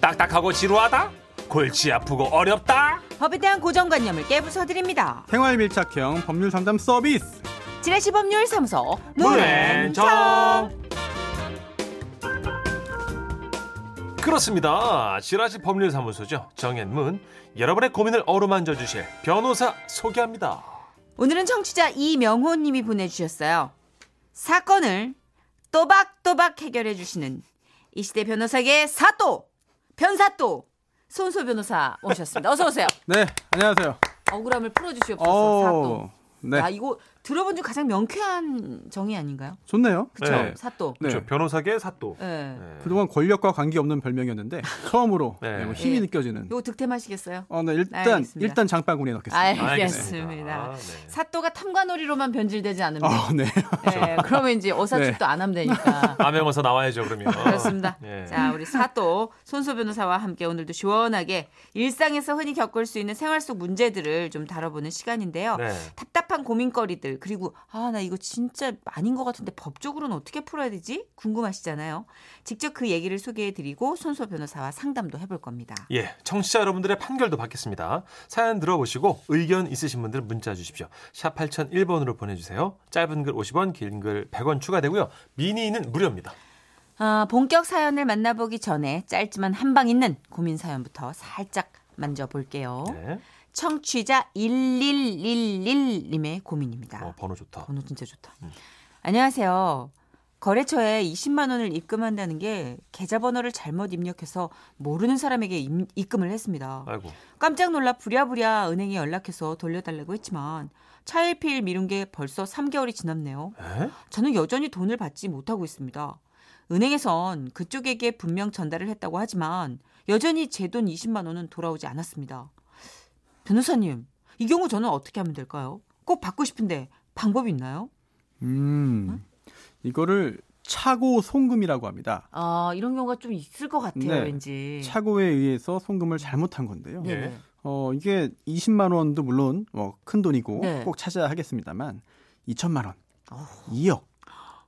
딱딱하고 지루하다? 골치 아프고 어렵다? 법에 대한 고정관념을 깨부숴드립니다. 생활 밀착형 법률 상담 서비스. 지라시 법률사무소 문앤정 문앤정 그렇습니다. 지라시 법률사무소죠. 정현문. 여러분의 고민을 어루만져 주실 변호사 소개합니다. 오늘은 청취자 이명호님이 보내주셨어요. 사건을 또박또박 해결해주시는 이 시대 변호사계 사또 변사또 손소 변호사 오셨습니다. 어서 오세요. 네, 안녕하세요. 억울함을 풀어주시옵소서 사또. 오, 네, 야 이거 들어본 중 가장 명쾌한 정의 아닌가요? 좋네요. 그쵸 네. 사또. 네. 그렇죠. 변호사계 사또. 예. 네. 그동안 권력과 관계없는 별명이었는데 처음으로 네. 네, 뭐 힘이 예. 느껴지는. 요거 득템하시겠어요? 어, 네, 일단 알겠습니다. 일단 장바구니에 넣겠습니다. 알겠습니다. 아, 네. 사또가 탐관오리로만 변질되지 않으면 어, 네. 예, 그렇죠. 그러면 이제 어사축도 네. 안 하면 되니까. 암행어서 나와야죠, 그러면. 그렇습니다. 예. 자, 우리 사또 손소 변호사와 함께 오늘도 시원하게 일상에서 흔히 겪을 수 있는 생활 속 문제들을 좀 다뤄보는 시간인데요. 네. 답답한 고민거리들 그리고 아 나 이거 진짜 아닌 것 같은데 법적으로는 어떻게 풀어야 되지 궁금하시잖아요. 직접 그 얘기를 소개해드리고 손소 변호사와 상담도 해볼 겁니다. 예, 청취자 여러분들의 판결도 받겠습니다. 사연 들어보시고 의견 있으신 분들은 문자 주십시오. 샵 8001번으로 보내주세요. 짧은 글 50원, 긴 글 100원 추가되고요. 미니는 무료입니다. 아, 본격 사연을 만나보기 전에 짧지만 한 방 있는 고민 사연부터 살짝 어? 만져볼게요. 네. 청취자 1111님의 고민입니다. 어, 번호 좋다. 번호 진짜 좋다. 안녕하세요. 거래처에 20만 원을 입금한다는 게 계좌번호를 잘못 입력해서 모르는 사람에게 임- 입금을 했습니다. 아이고. 깜짝 놀라 부랴부랴 은행에 연락해서 돌려달라고 했지만 차일피일 미룬 게 벌써 3개월이 지났네요. 에? 저는 여전히 돈을 받지 못하고 있습니다. 은행에선 그쪽에게 분명 전달을 했다고 하지만 여전히 제 돈 20만 원은 돌아오지 않았습니다. 변호사님, 이 경우 저는 어떻게 하면 될까요? 꼭 받고 싶은데 방법이 있나요? 음, 이거를 차고 송금이라고 합니다. 아, 이런 경우가 좀 있을 것 같아요, 네. 왠지. 차고에 의해서 송금을 잘못한 건데요. 네. 네네. 어, 이게 20만 원도 물론 뭐 큰 돈이고 네. 꼭 찾아야 하겠습니다만 2천만 원, 어후. 2억,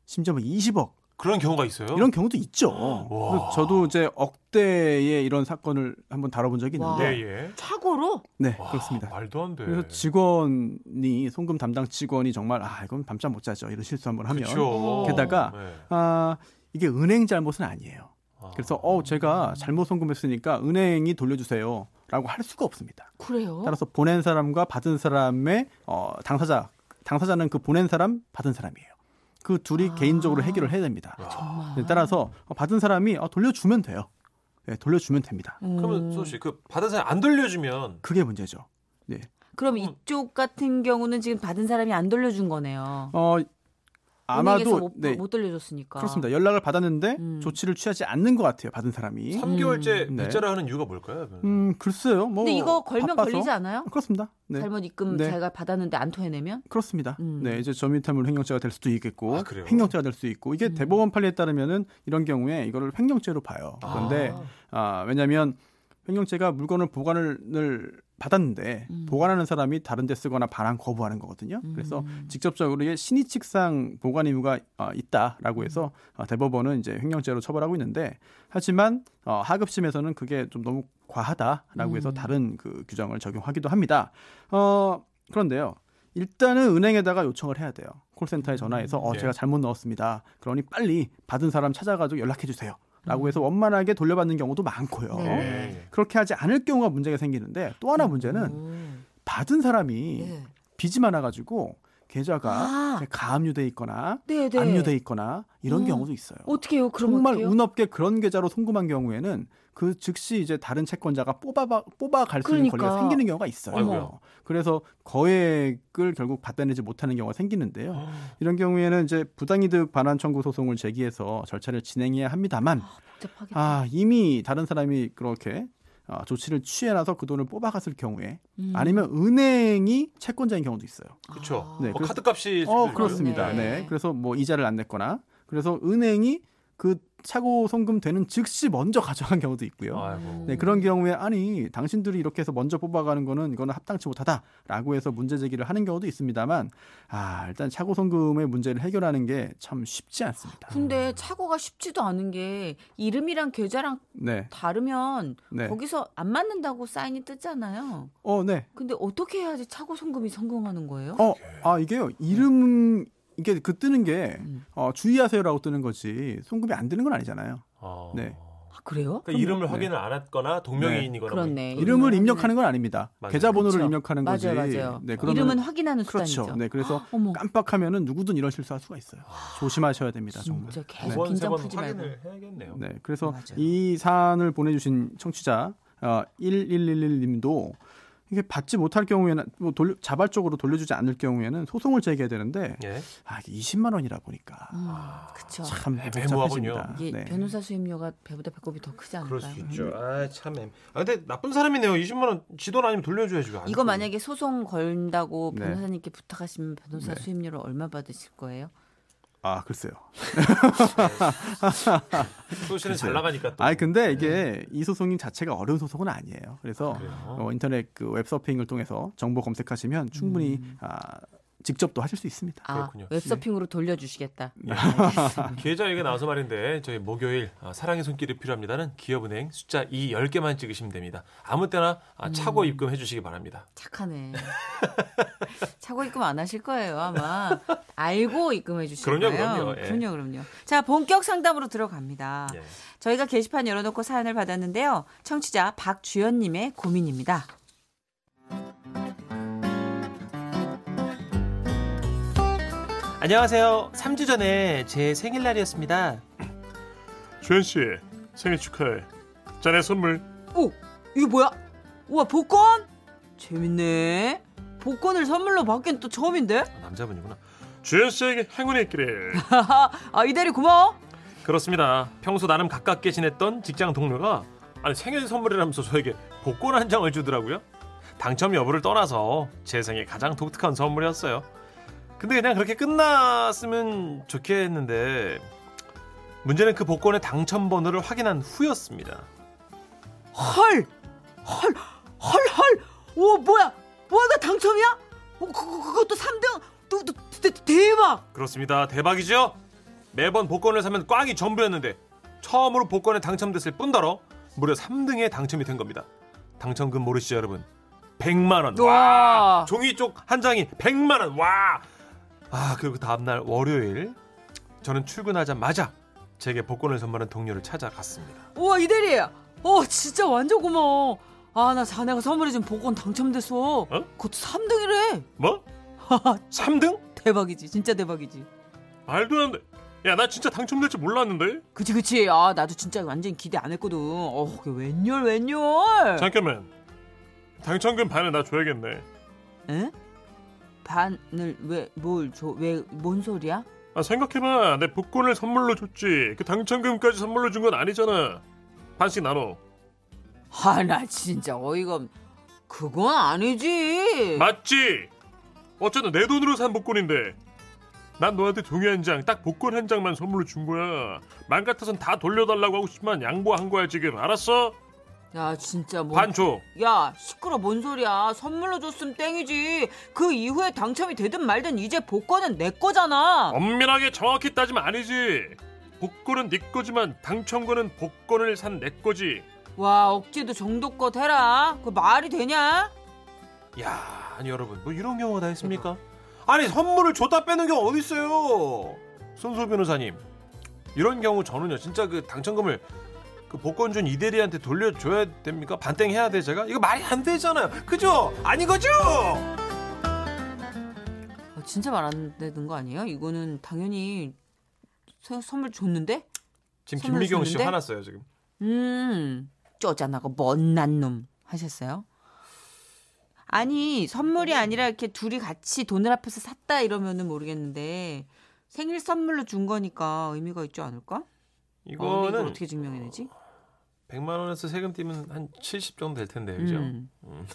심지어 뭐 20억 그런 경우가 있어요? 이런 경우도 있죠. 와. 그래서 저도 이제 억대의 이런 사건을 한번 다뤄본 적이 와. 있는데, 예, 예. 차고로? 네 와, 그렇습니다. 말도 안 돼. 그래서 직원이 송금 담당 직원이 정말 아 이건 밤잠 못 자죠 이런 실수 한번 하면 그렇죠. 게다가 네. 아 이게 은행 잘못은 아니에요. 아. 그래서 어 제가 잘못 송금했으니까 은행이 돌려주세요라고 할 수가 없습니다. 그래요? 따라서 보낸 사람과 받은 사람의 어, 당사자 당사자는 그 보낸 사람 받은 사람이에요. 그 둘이 아. 개인적으로 해결을 해야 됩니다. 아. 정말. 네, 따라서 어, 받은 사람이 어, 돌려주면 돼요. 네, 돌려주면 됩니다. 음. 그러면 소씨그 받은 사람 안 돌려주면 그게 문제죠. 네. 음. 그럼 이쪽 같은 경우는 지금 받은 사람이 안 돌려준 거네요. 어 은행에서 아마도 못, 네, 못 돌려줬으니까. 그렇습니다. 연락을 받았는데 음. 조치를 취하지 않는 것 같아요. 받은 사람이. 삼개월째 음. 네. 빗자루 하는 이유가 뭘까요? 음 글쎄요. 뭐 근데 이거 걸면 바빠서. 걸리지 않아요? 그렇습니다. 네. 잘못 입금 네. 제가 받았는데 안 토해내면? 그렇습니다. 음. 네, 이제 저민타물 횡령죄가 될 수도 있겠고 아, 그래요? 횡령죄가 될 수 있고 이게 음. 대법원 판례에 따르면은 이런 경우에 이거를 횡령죄로 봐요. 그런데 아. 아, 왜냐하면 횡령죄가 물건을 보관을 받았는데 음. 보관하는 사람이 다른 데 쓰거나 반환 거부하는 거거든요. 그래서 음. 직접적으로 이게 신의칙상 보관 의무가 어, 있다라고 해서 음. 어, 대법원은 이제 횡령죄로 처벌하고 있는데 하지만 어, 하급심에서는 그게 좀 너무 과하다라고 해서 음. 다른 그 규정을 적용하기도 합니다. 어, 그런데요. 일단은 은행에다가 요청을 해야 돼요. 콜센터에 전화해서 어 음. 예. 제가 잘못 넣었습니다. 그러니 빨리 받은 사람 찾아가지고 연락해 주세요. 라고 해서 원만하게 돌려받는 경우도 많고요. 네. 네. 그렇게 하지 않을 경우가 문제가 생기는데 또 하나 문제는 음. 받은 사람이 네. 빚이 많아가지고 계좌가 아, 가압류돼 있거나 네, 네. 압류돼 있거나 이런 음. 경우도 있어요. 어떻게요? 그럼 정말 어떡해요? 운없게 그런 계좌로 송금한 경우에는 그 즉시 이제 다른 채권자가 뽑아 뽑아갈 수 있는 그러니까. 권리가 생기는 경우가 있어요. 아이고야. 그래서 거액을 결국 받아내지 못하는 경우가 생기는데요. 아, 이런 경우에는 이제 부당이득 반환 청구 소송을 제기해서 절차를 진행해야 합니다만 복잡하겠다. 아 이미 다른 사람이 그렇게 어, 조치를 취해놔서 그 돈을 뽑아갔을 경우에 음. 아. 아니면 은행이 채권자인 경우도 있어요. 그렇죠. 네, 뭐 그래서- 카드값이 어 들고요. 그렇습니다. 네. 네. 그래서 뭐 이자를 안 냈거나 그래서 은행이 그 차고 송금되는 즉시 먼저 가져간 경우도 있고요. 아이고. 네, 그런 경우에 아니 당신들이 이렇게 해서 먼저 뽑아가는 거는 이거는 합당치 못하다라고 해서 문제 제기를 하는 경우도 있습니다만 아 일단 차고 송금의 문제를 해결하는 게 참 쉽지 않습니다. 근데 착오가 쉽지도 않은 게 이름이랑 계좌랑 네, 다르면 네, 거기서 안 맞는다고 사인이 뜨잖아요. 어, 네, 근데 어떻게 해야지 착오 송금이 성공하는 거예요? 어, 아 이게요 이름 이게 그 뜨는 게 음. 어, 주의하세요라고 뜨는 거지 송금이 안 되는 건 아니잖아요. 어. 네. 아, 그래요? 그러니까 이름을 네. 확인을 안 했거나 동명이인이거나 뭐 그렇네. 이름을 이름은- 입력하는 건 아닙니다. 맞아요. 계좌번호를 음. 그렇죠. 입력하는 거지. 맞아요, 맞아요. 네, 그러면 이름은 확인하는 그렇죠. 수단이죠. 아, 네, 그래서 어머, 아, 깜빡하면은 누구든 이런 실수할 수가 있어요. 조심하셔야 됩니다. 정말. 진짜 두 계속 번, 세 긴장 번 풀지 말고. 확인을 해야겠네요. 네, 그래서 맞아요. 이 사안을 보내주신 청취자 어, 1111님도 이게 받지 못할 경우에는 뭐 돌려- 자발적으로 돌려주지 않을 경우에는 소송을 제기해야 되는데 네. 예. 아 이게 20만 원이라 보니까 음, 그쵸. 아, 참 애매모호하군요. 복잡해집니다. 이게 네. 예, 변호사 수임료가 배보다 배꼽이 더 크지 그럴 않을까요? 수 있죠. 아, 참 애매. 아, 근데 나쁜 사람이네요. 20만 원 지돈 아니면 돌려줘야죠. 안 이거 그러면. 만약에 소송 건다고 네. 변호사님께 부탁하시면 변호사 네. 수임료를 얼마 받으실 거예요? 아 글쎄요. 또 씨는 잘 나가니까 네. 또. 아 근데 이게 이 소송인 자체가 어려운 소송은 아니에요. 그래서 그래요. 어, 인터넷 그 웹서핑을 통해서 정보 검색하시면 충분히 아, 직접도 하실 수 있습니다. 음. 아, 그렇군요. 네. 웹서핑으로 돌려주시겠다. 아, 계좌 얘기 나와서 말인데 저희 목요일 아, 사랑의 손길이 필요합니다는 기업은행 숫자 2 10개만 찍으시면 됩니다. 아무 때나 아, 음. 차고 입금해 주시기 바랍니다. 착하네. 차고 입금 안 하실 거예요, 아마. 알고 입금해 주실 그럼요, 거예요. 그럼요. 예. 그럼요, 그럼요. 자, 본격 상담으로 들어갑니다. 예. 저희가 게시판 열어놓고 사연을 받았는데요. 청취자 박주연님의 고민입니다. 안녕하세요. 3주 전에 제 생일날이었습니다. 주현 씨 생일 축하해. 자네 선물 오, 이게 뭐야? 우와, 복권? 재밌네. 복권을 선물로 받긴 또 처음인데? 아, 남자분이구나. 주현 씨에게 행운이 있기를. 아, 이대리 고마워. 그렇습니다. 평소 나름 가깝게 지냈던 직장 동료가 아니 생일 선물이라면서 저에게 복권 한 장을 주더라고요. 당첨 여부를 떠나서 제 생에 가장 독특한 선물이었어요. 근데 그냥 그렇게 끝났으면 좋겠는데 문제는 그 복권의 당첨 번호를 확인한 후였습니다. 헐! 헐! 헐! 헐! 오, 뭐야? 와, 나 당첨이야? 어, 그, 그, 그것도 3등? 또, 또, 대, 대박! 그렇습니다. 대박이죠? 매번 복권을 사면 꽝이 전부였는데 처음으로 복권에 당첨됐을 뿐더러 무려 3등에 당첨이 된 겁니다. 당첨금 모르시죠, 여러분? 100만 원. 와. 종이 쪽 한 장이 100만 원. 와. 아, 그리고 다음 날 월요일 저는 출근하자마자 제게 복권을 선물한 동료를 찾아갔습니다. 우와, 이대리! 어, 진짜 완전 고마워. 아, 나 자네가 선물해준 복권 당첨됐어. 그것도 3등이래. 뭐? 3등? 대박이지. 진짜 대박이지. 말도 안 돼. 야 나 진짜 당첨될 줄 몰랐는데. 그치, 그치. 아, 나도 진짜 완전 기대 안 했거든. 어, 그게 웬열, 웬열! 잠깐만. 당첨금 반을 나 줘야겠네. 에? 반을 왜, 뭘 줘? 왜, 뭔 소리야? 아 생각해봐. 내 복권을 선물로 줬지. 그 당첨금까지 선물로 준 건 아니잖아. 반씩 나눠. 아, 나 진짜 어이가 없... 그건 아니지. 맞지? 어쨌든 내 돈으로 산 복권인데. 난 너한테 종이 한 장, 딱 복권 한 장만 선물로 준 거야. 맘 같아선 다 돌려달라고 하고 싶지만 양보한 거야 지금. 알았어? 야, 진짜 뭐. 반 줘. 야, 시끄러 뭔 소리야. 선물로 줬으면 땡이지. 그 이후에 당첨이 되든 말든 이제 복권은 내 거잖아. 엄밀하게 정확히 따지면 아니지. 복권은 네 거지만 당첨권은 복권을 산 내 거지. 와, 억지도 정도껏 해라. 그 말이 되냐? 야, 아니 여러분, 뭐 이런 경우가 다 있습니까? 그러니까. 아니, 선물을 줬다 빼는 경우 어디 있어요? 손소 변호사님. 이런 경우 저는요. 진짜 그 당첨금을 그 복권 준 이대리한테 돌려줘야 됩니까? 반땡 해야 돼 제가? 이거 말이 안 되잖아요. 그죠? 아닌 거죠? 아, 진짜 말 안 되는 거 아니에요? 이거는 당연히 서- 선물 줬는데? 지금 선물 김미경 씨 줬는데? 화났어요, 지금. 음, 쪼잔하고 못난 놈 하셨어요? 아니 선물이 아니라 이렇게 둘이 같이 돈을 합해서 샀다 이러면은 모르겠는데 생일 선물로 준 거니까 의미가 있지 않을까? 아, 근데 이걸 이거는 어떻게 증명해내지? 100만 원에서 세금 떼면 한 70 정도 될 텐데 그죠? 음. 음.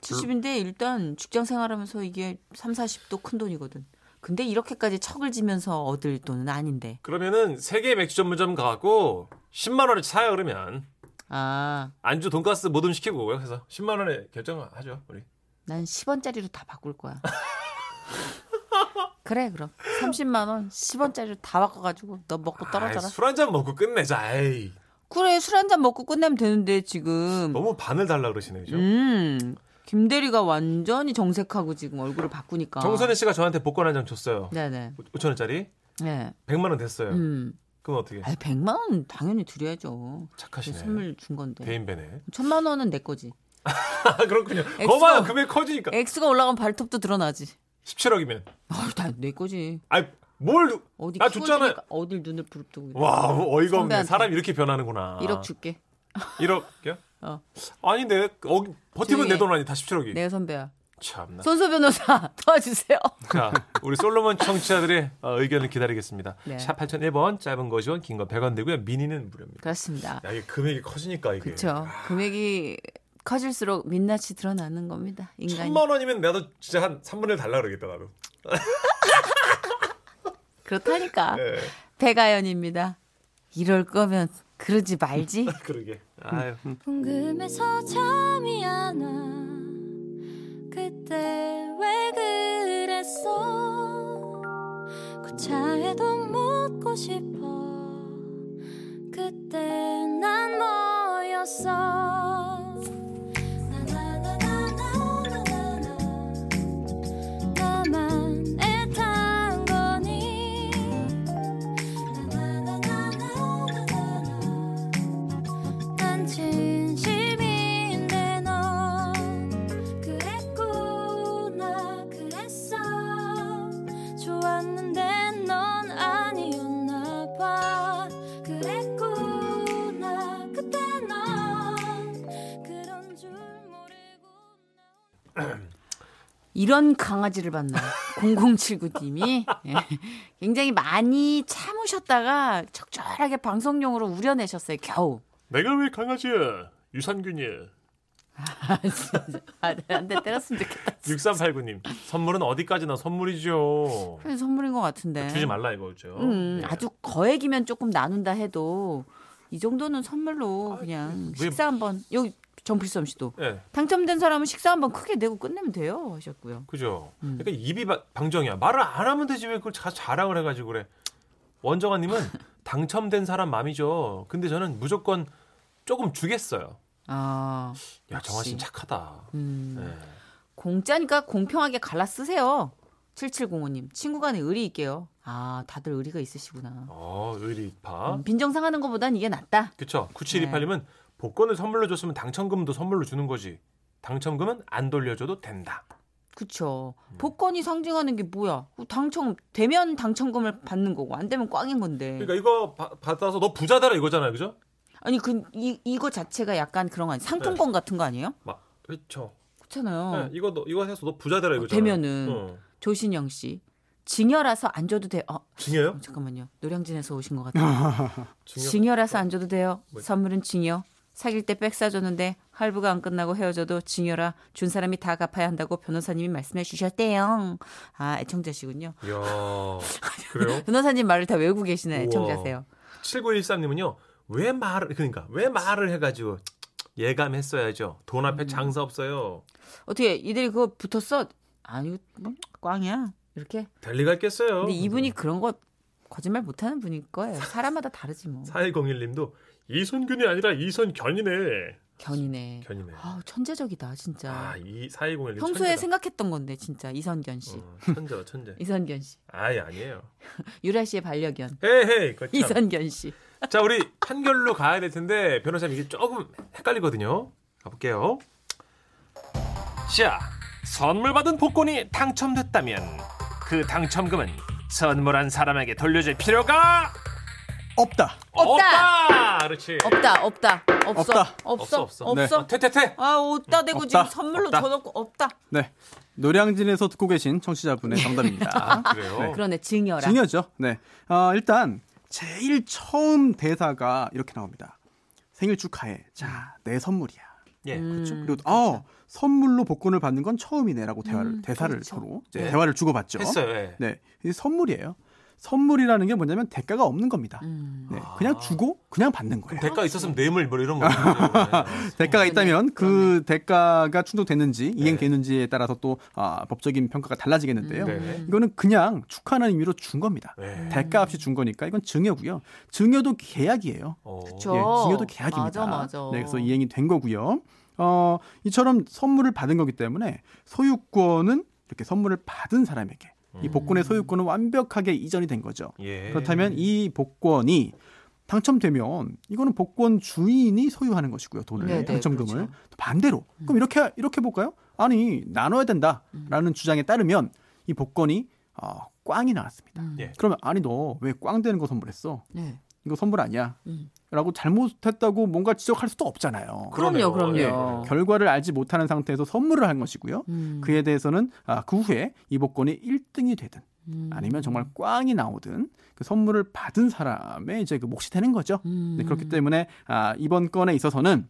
70인데 일단 직장 생활하면서 이게 3, 40도 큰 돈이거든. 근데 이렇게까지 척을 지면서 얻을 돈은 아닌데. 그러면은 세 개의 맥주 전문점 가갖고 10만 원을 사요 그러면 아, 안주 돈가스 모둠 시키고 해서 10만 원에 결정하죠 우리. 난 10원짜리로 다 바꿀 거야. 그래, 그럼. 30만 원 10원짜리로 다 바꿔 가지고 너 먹고 뭐 떨어져라. 술 한 잔 먹고 끝내자. 에이 그래, 술 한 잔 먹고 끝내면 되는데 지금. 너무 반을 달라 그러시네 그죠? 음. 김대리가 완전히 정색하고 지금 얼굴을 바꾸니까. 정선혜 씨가 저한테 복권 한 장 줬어요. 네, 네. 5천 원짜리 네. 100만 원 됐어요. 음. 그럼 어떻게? 아, 100만 원 당연히 드려야죠. 착하시네. 선물 준 건데. 대인 배네. 천만 원은 내 거지. 아 그렇군요. 엑소. 거봐요 금액 커지니까. X가 올라가면 발톱도 드러나지. 17억이면. 아, 다내 거지. 아뭘 어디 아, 키워주니까 줬잖아요. 어딜 눈을 부릅뜨고. 있네. 와 어이가 없네. 선배한테. 사람 이렇게 변하는구나. 1억 줄게. 1억이요? 어. 네. 아닌데 어, 버티면 조용히 내 돈 아니 다 17억이. 내 선배야. 네. 참나. 손소 변호사 도와주세요. 자, 우리 솔로몬 청취자들의 어, 의견을 기다리겠습니다. 네. 샵 8001번, 짧은 것이 원, 긴건 100원 되고요. 미니는 무료입니다. 그렇습니다. 야, 이게 금액이 커지니까 이게. 그렇죠. 금액이 커질수록 민낯이 드러나는 겁니다. 인간이. 천만 원이면 나도 진짜 한 3분의 1 달라 그러겠다 나도. 그렇다니까. 예, 배가연입니다. 이럴 거면 그러지 말지. 그러게. 아유. 음. 궁금해서 잠이 안 와. 그때 왜 그랬어? 그 차에도 묻고 싶어. 그때 난 뭐였어? 나나나나나나나. 나만 애탄 거니? 나나나나나나나. 난 진심인데 넌 그랬구나 그랬어 좋았는데 넌 아니었나 봐 그랬구나 그때 넌 그런 줄 모르고 이런 강아지를 봤나. 0079님이 예. 굉장히 많이 참으셨다가 적절하게 방송용으로 우려내셨어요. 겨우. 내가 왜 강아지야? 유산균이야. 아, 진짜. 아, 안돼 때렸으면 좋겠다. 6389님. 선물은 어디까지나 선물이죠. 그래, 선물인 것 같은데. 주지 말라 이거죠. 음, 예. 아주 거액이면 조금 나눈다 해도 이 정도는 선물로 그냥 아, 왜- 식사 한번 여기 정필섬 씨도 예. 당첨된 사람은 식사 한번 크게 내고 끝내면 돼요 하셨고요. 그죠. 음. 그러니까 입이 바- 방정이야. 말을 안 하면 되지 왜 그걸 자, 자랑을 해가지고 그래. 원정아님은 당첨된 사람 맘이죠. 근데 저는 무조건 조금 주겠어요. 아, 야 정아 씨 역시. 착하다. 음, 예. 공짜니까 공평하게 갈라 쓰세요. 7705님 친구 간에 의리 있게요. 아 다들 의리가 있으시구나. 어 의리파. 음, 빈정상하는 것보단 이게 낫다. 그쵸. 9728님은 복권을 선물로 줬으면 당첨금도 선물로 주는 거지. 당첨금은 안 돌려줘도 된다. 그쵸. 음. 복권이 상징하는 게 뭐야? 그 당첨 되면 당첨금을 받는 거고 안 되면 꽝인 건데. 그러니까 이거 바- 받아서 너 부자 되라 이거잖아요, 그죠? 아니 그 이 이거 자체가 약간 그런 거 네. 아니에요? 상품권 같은 거 아니에요? 막 그렇죠. 그렇잖아요. 이거 너 이거 해서 너 부자 되라 이거잖아. 어. 되면은 어. 조신영 씨 징여라서 안 줘도 돼. 어 징해요? 잠깐만요. 노량진에서 오신 것 같아요. 징여. 징여라서 안 줘도 돼요. 뭐지? 선물은 징여. 사귈 때 백 사줬는데 할부가 안 끝나고 헤어져도 징여라 준 사람이 다 갚아야 한다고 변호사님이 말씀해 주셨대요. 아 애청자시군요. 이야 그래요? 변호사님 말을 다 외우고 계시는 우와. 애청자세요. 7913님은요. 왜 말을 그러니까 왜 말을 해가지고 예감했어야죠. 돈 음. 앞에 장사 없어요. 어떻게 이들이 그거 붙었어? 아니 뭐, 꽝이야 이렇게. 달리 갔겠어요. 네. 근데 이분이 그런 거 거짓말 못하는 분일 거예요. 사람마다 다르지 뭐. 4101님도 이선균이 아니라 이선견이네. 아, 견이네. 견이네. 아 천재적이다 진짜. 아이 4101님 평소에 천재다. 생각했던 건데 진짜 이선견 씨, 어, 천재다 천재. 이선견 씨, 아예 아니에요. 유라 씨의 반려견 헤헤. 이선견 씨. 자 우리 판결로 가야 될 텐데 변호사님 이게 조금 헷갈리거든요. 가볼게요. 자, 선물 받은 복권이 당첨됐다면 그 당첨금은 선물한 사람에게 돌려줄 필요가 없다. 없다! 그렇지. 없다 없다 없어 없다. 네. 없어 없어, 없어. 없어 없어. 퇴퇴퇴. 아 없다 내고 없다. 지금 선물로 없다. 줘놓고 없다. 네. 노량진에서 듣고 계신 청취자분의 정답입니다. 아 그래요. 어. 그러네 증여라. 중요하죠. 네. 어, 일단 제일 처음 대사가 이렇게 나옵니다. 생일 축하해. 자, 내 선물이야. 예, 음. 그렇죠. 그리고 어 선물로 복권을 받는 건 처음이네라고 대화를 음, 대사를 그렇죠. 서로 이제 네. 대화를 주고받죠. 했어요. 예. 네, 이 선물이에요. 선물이라는 게 뭐냐면 대가가 없는 겁니다. 네, 그냥 아. 주고 그냥 받는 거예요. 대가 있었으면 뇌물 뭐 이런 거. 예. 대가가 그러네. 있다면 그 대가가 충족됐는지 이행됐는지에 따라서 또 아, 법적인 평가가 달라지겠는데요. 네. 이거는 그냥 축하하는 의미로 준 겁니다. 네. 대가 없이 준 거니까 이건 증여고요. 증여도 계약이에요. 어. 예, 증여도 계약입니다. 맞아, 맞아. 네, 그래서 이행이 된 거고요. 어, 이처럼 선물을 받은 거기 때문에 소유권은 이렇게 선물을 받은 사람에게 이 복권의 소유권은 완벽하게 이전이 된 거죠. 예. 그렇다면 이 복권이 당첨되면 이거는 복권 주인이 소유하는 것이고요 돈을 네, 네, 당첨금을 그렇죠. 또 반대로 그럼 이렇게 이렇게 볼까요? 아니 나눠야 된다라는 음. 주장에 따르면 이 복권이 어, 꽝이 나왔습니다. 음. 예. 그러면 아니 너 왜 꽝 되는 거 선물했어? 네. 이거 선물 아니야? 음. 라고 잘못했다고 뭔가 지적할 수도 없잖아요. 그러네요. 그럼요, 예. 그럼요. 결과를 알지 못하는 상태에서 선물을 한 것이고요. 그렇죠. 음. 그에 대해서는 아, 그 후에 이 복권이 1등이 되든 음. 그 아니면 정말 꽝이 나오든 그 선물을 받은 사람의 이제 그 몫이 되는 거죠. 음. 네, 그렇기 때문에 아, 이번 건에 있어서는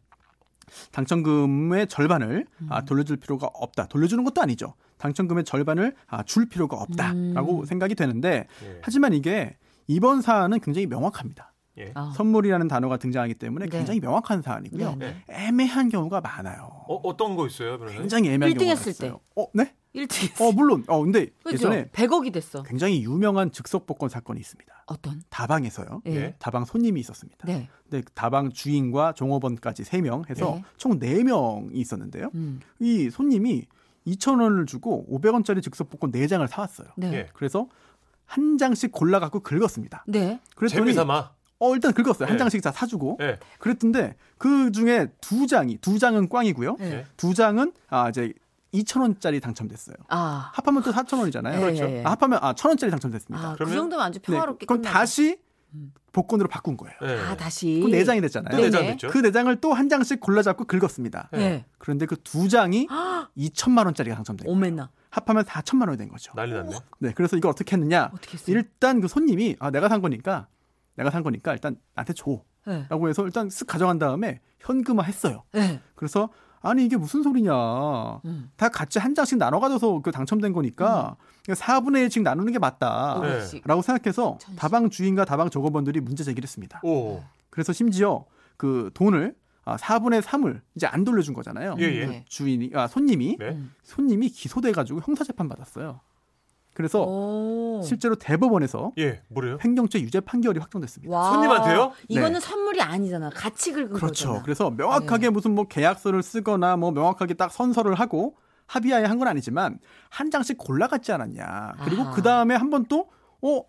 당첨금의 절반을 음. 아, 돌려줄 필요가 없다. 돌려주는 것도 아니죠. 당첨금의 절반을 아, 줄 필요가 없다라고 음. 생각이 되는데 예. 하지만 이게 이번 사안은 굉장히 명확합니다. 예. 아. 선물이라는 단어가 등장하기 때문에 네. 굉장히 명확한 사안이고요. 네, 네. 애매한 경우가 많아요. 어, 어떤 거 있어요, 변호사님? 굉장히 애매한 1등 경우가 했을 있어요. 어, 네? 1등. 어, 물론. 어, 근데 그죠? 예전에 100억이 됐어. 굉장히 유명한 즉석 복권 사건이 있습니다. 어떤? 다방에서요. 예. 예. 다방 손님이 있었습니다. 네. 근데 그 다방 주인과 종업원까지 3명 해서 네. 총 4명이 있었는데요. 음. 이 손님이 2,000원을 주고 500원짜리 즉석 복권 4장을 사왔어요. 네. 예. 그래서 한 장씩 골라 갖고 긁었습니다. 네. 그랬더니 재미삼아. 어 일단 긁었어요. 한 예. 장씩 다 사주고 예. 그랬던데 그 중에 두 장이 두 장은 꽝이고요. 네. 예. 두 장은 아 이제 2,000원짜리 당첨됐어요. 아. 합하면 또 4,000원이잖아요. 예, 그렇죠. 예, 예. 아, 합하면 아, 1,000원짜리 당첨됐습니다. 아, 그 그러면- 정도면 아주 평화롭게 네, 그럼 끝나죠. 다시 음. 복권으로 바꾼 거예요. 예. 아, 다시. 그럼 네 장이 또 됐잖아요. 네. 내장 됐죠? 그 내장을 또 한 장씩 골라잡고 긁었습니다. 네. 예. 그런데 그 두 장이 아! 2천만 원짜리가 당첨된 거예요. 오메나. 합하면 4천만 원이 된 거죠. 난리 났네. 네, 그래서 이걸 어떻게 했느냐? 어떻게 했어요? 일단 그 손님이 아 내가 산 거니까 내가 산 거니까 일단 나한테 줘라고 네. 해서 일단 쓱 가져간 다음에 현금화했어요. 네. 그래서 아니 이게 무슨 소리냐? 음. 다 같이 한 장씩 나눠 가져서 그 당첨된 거니까 4분의 1씩 나누는 게 맞다. 네. 500씩. 라고 생각해서 천식. 다방 주인과 다방 조건번들이 문제 제기를 했습니다. 오. 그래서 심지어 그 돈을 아, 4분의 3을 이제 안 돌려준 거잖아요. 예, 예. 네. 주인이 아 손님이 네. 손님이 기소돼 가지고 형사 재판 받았어요. 그래서 오. 실제로 대법원에서 예. 뭐래요? 횡령죄 유죄 판결이 확정됐습니다. 와. 손님한테요? 이거는 선물이 아니잖아. 같이 긁은 그렇죠. 거잖아. 그래서 예. 명확하게 무슨 뭐 계약서를 쓰거나 뭐 명확하게 딱 선서를 하고 합의하에 한 건 아니지만 한 장씩 골라갔지 않았냐. 그리고 아하. 그 다음에 한 번 또 어.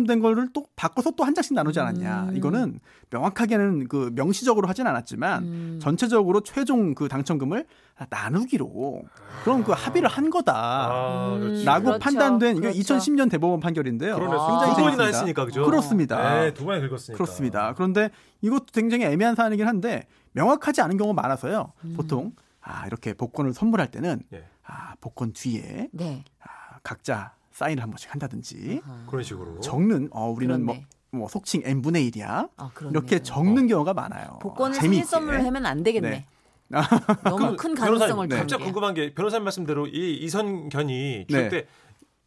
당첨된 거를 또 바꿔서 또 한 장씩 나누지 않았냐. 음. 이거는 명확하게는 그 명시적으로 하진 않았지만 음. 전체적으로 최종 그 당첨금을 나누기로 그런 그 합의를 한 거다라고 아, 그렇지. 라고 그렇죠. 판단된 이게 그렇죠. 2010년 대법원 판결인데요. 그러네. 아. 아, 두 번이나 재밌습니다. 했으니까 그죠? 그렇습니다. 네, 두 번이나 긁었으니까. 그렇습니다. 그런데 이것도 굉장히 애매한 사안이긴 한데 명확하지 않은 경우가 많아서요. 음. 보통 아 이렇게 복권을 선물할 때는 예. 아 복권 뒤에 네. 아, 각자 사인을 한 번씩 한다든지 그런 식으로. 적는 어 우리는 뭐, 그렇네. 뭐 속칭 n 분의 1이야 아, 그러네. 이렇게 적는 경우가 많아요. 복권을 생일 재미있게. 선물을 하면 안 되겠네. 네. 너무 큰 가능성을 그 변호사님, 네. 갑자기 두는 게. 궁금한 게 변호사님 말씀대로 이 이선견이 네. 절대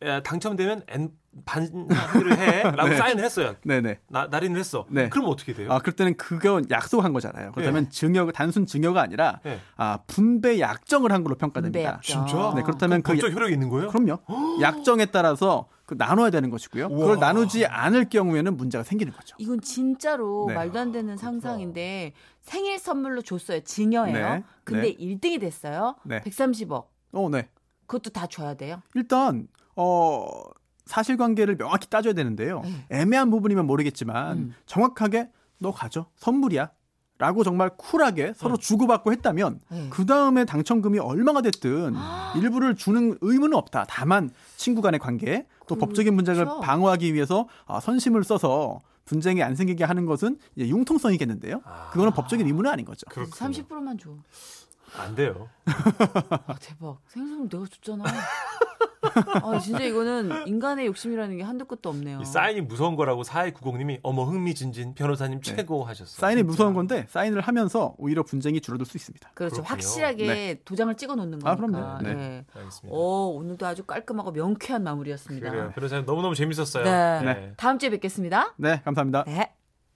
에, 당첨되면 N 반 합의를 해라고 네. 사인을 했어요. 네네. 나, 날인을 했어. 네. 그럼 어떻게 돼요? 아 그럴 때는 그건 약속한 거잖아요. 예. 그렇다면 증여 단순 증여가 아니라 예. 아 분배 약정을 한 걸로 평가됩니다. 분배약정. 진짜? 네 그렇다면 그 법적 효력이 있는 거예요? 그럼요. 약정에 따라서 그 나눠야 되는 것이고요. 그걸 나누지 않을 경우에는 문제가 생기는 거죠. 이건 진짜로 네. 말도 안 되는 상상인데 생일 선물로 줬어요. 증여예요. 네. 근데 네. 1등이 됐어요. 네. 130억. 어, 네. 그것도 다 줘야 돼요. 일단 어 사실관계를 명확히 따져야 되는데요. 네. 애매한 부분이면 모르겠지만 음. 정확하게 너 가져 선물이야. 라고 정말 쿨하게 서로 주고받고 했다면 네. 아. 그 다음에 당첨금이 얼마가 됐든 일부를 주는 의무는 없다. 다만 친구 간의 관계 또 법적인 문제를 그렇죠. 방어하기 위해서 아, 선심을 써서 분쟁이 안 생기게 하는 것은 이제 융통성이겠는데요. 아. 그거는 법적인 의무는 아닌 거죠. 그렇군요. 30%만 줘. 안 돼요. 아, 대박. 생일 선물 내가 줬잖아. 아, 진짜 이거는 인간의 욕심이라는 게 한도 끝도 없네요. 이 사인이 무서운 거라고 4290님이 어머 흥미진진 변호사님 최고 하셨어요. 네. 사인이 무서운 그렇죠. 건데 사인을 하면서 오히려 분쟁이 줄어들 수 있습니다. 그렇죠. 그렇군요. 확실하게 도장을 찍어 놓는 네. 아, 거니까. 그럼요. 네. 네. 알겠습니다. 오, 오늘도 아주 깔끔하고 명쾌한 마무리였습니다. 그래요. 변호사님 너무너무 재밌었어요. 네. 네. 다음 주에 뵙겠습니다. 네, 감사합니다. 네.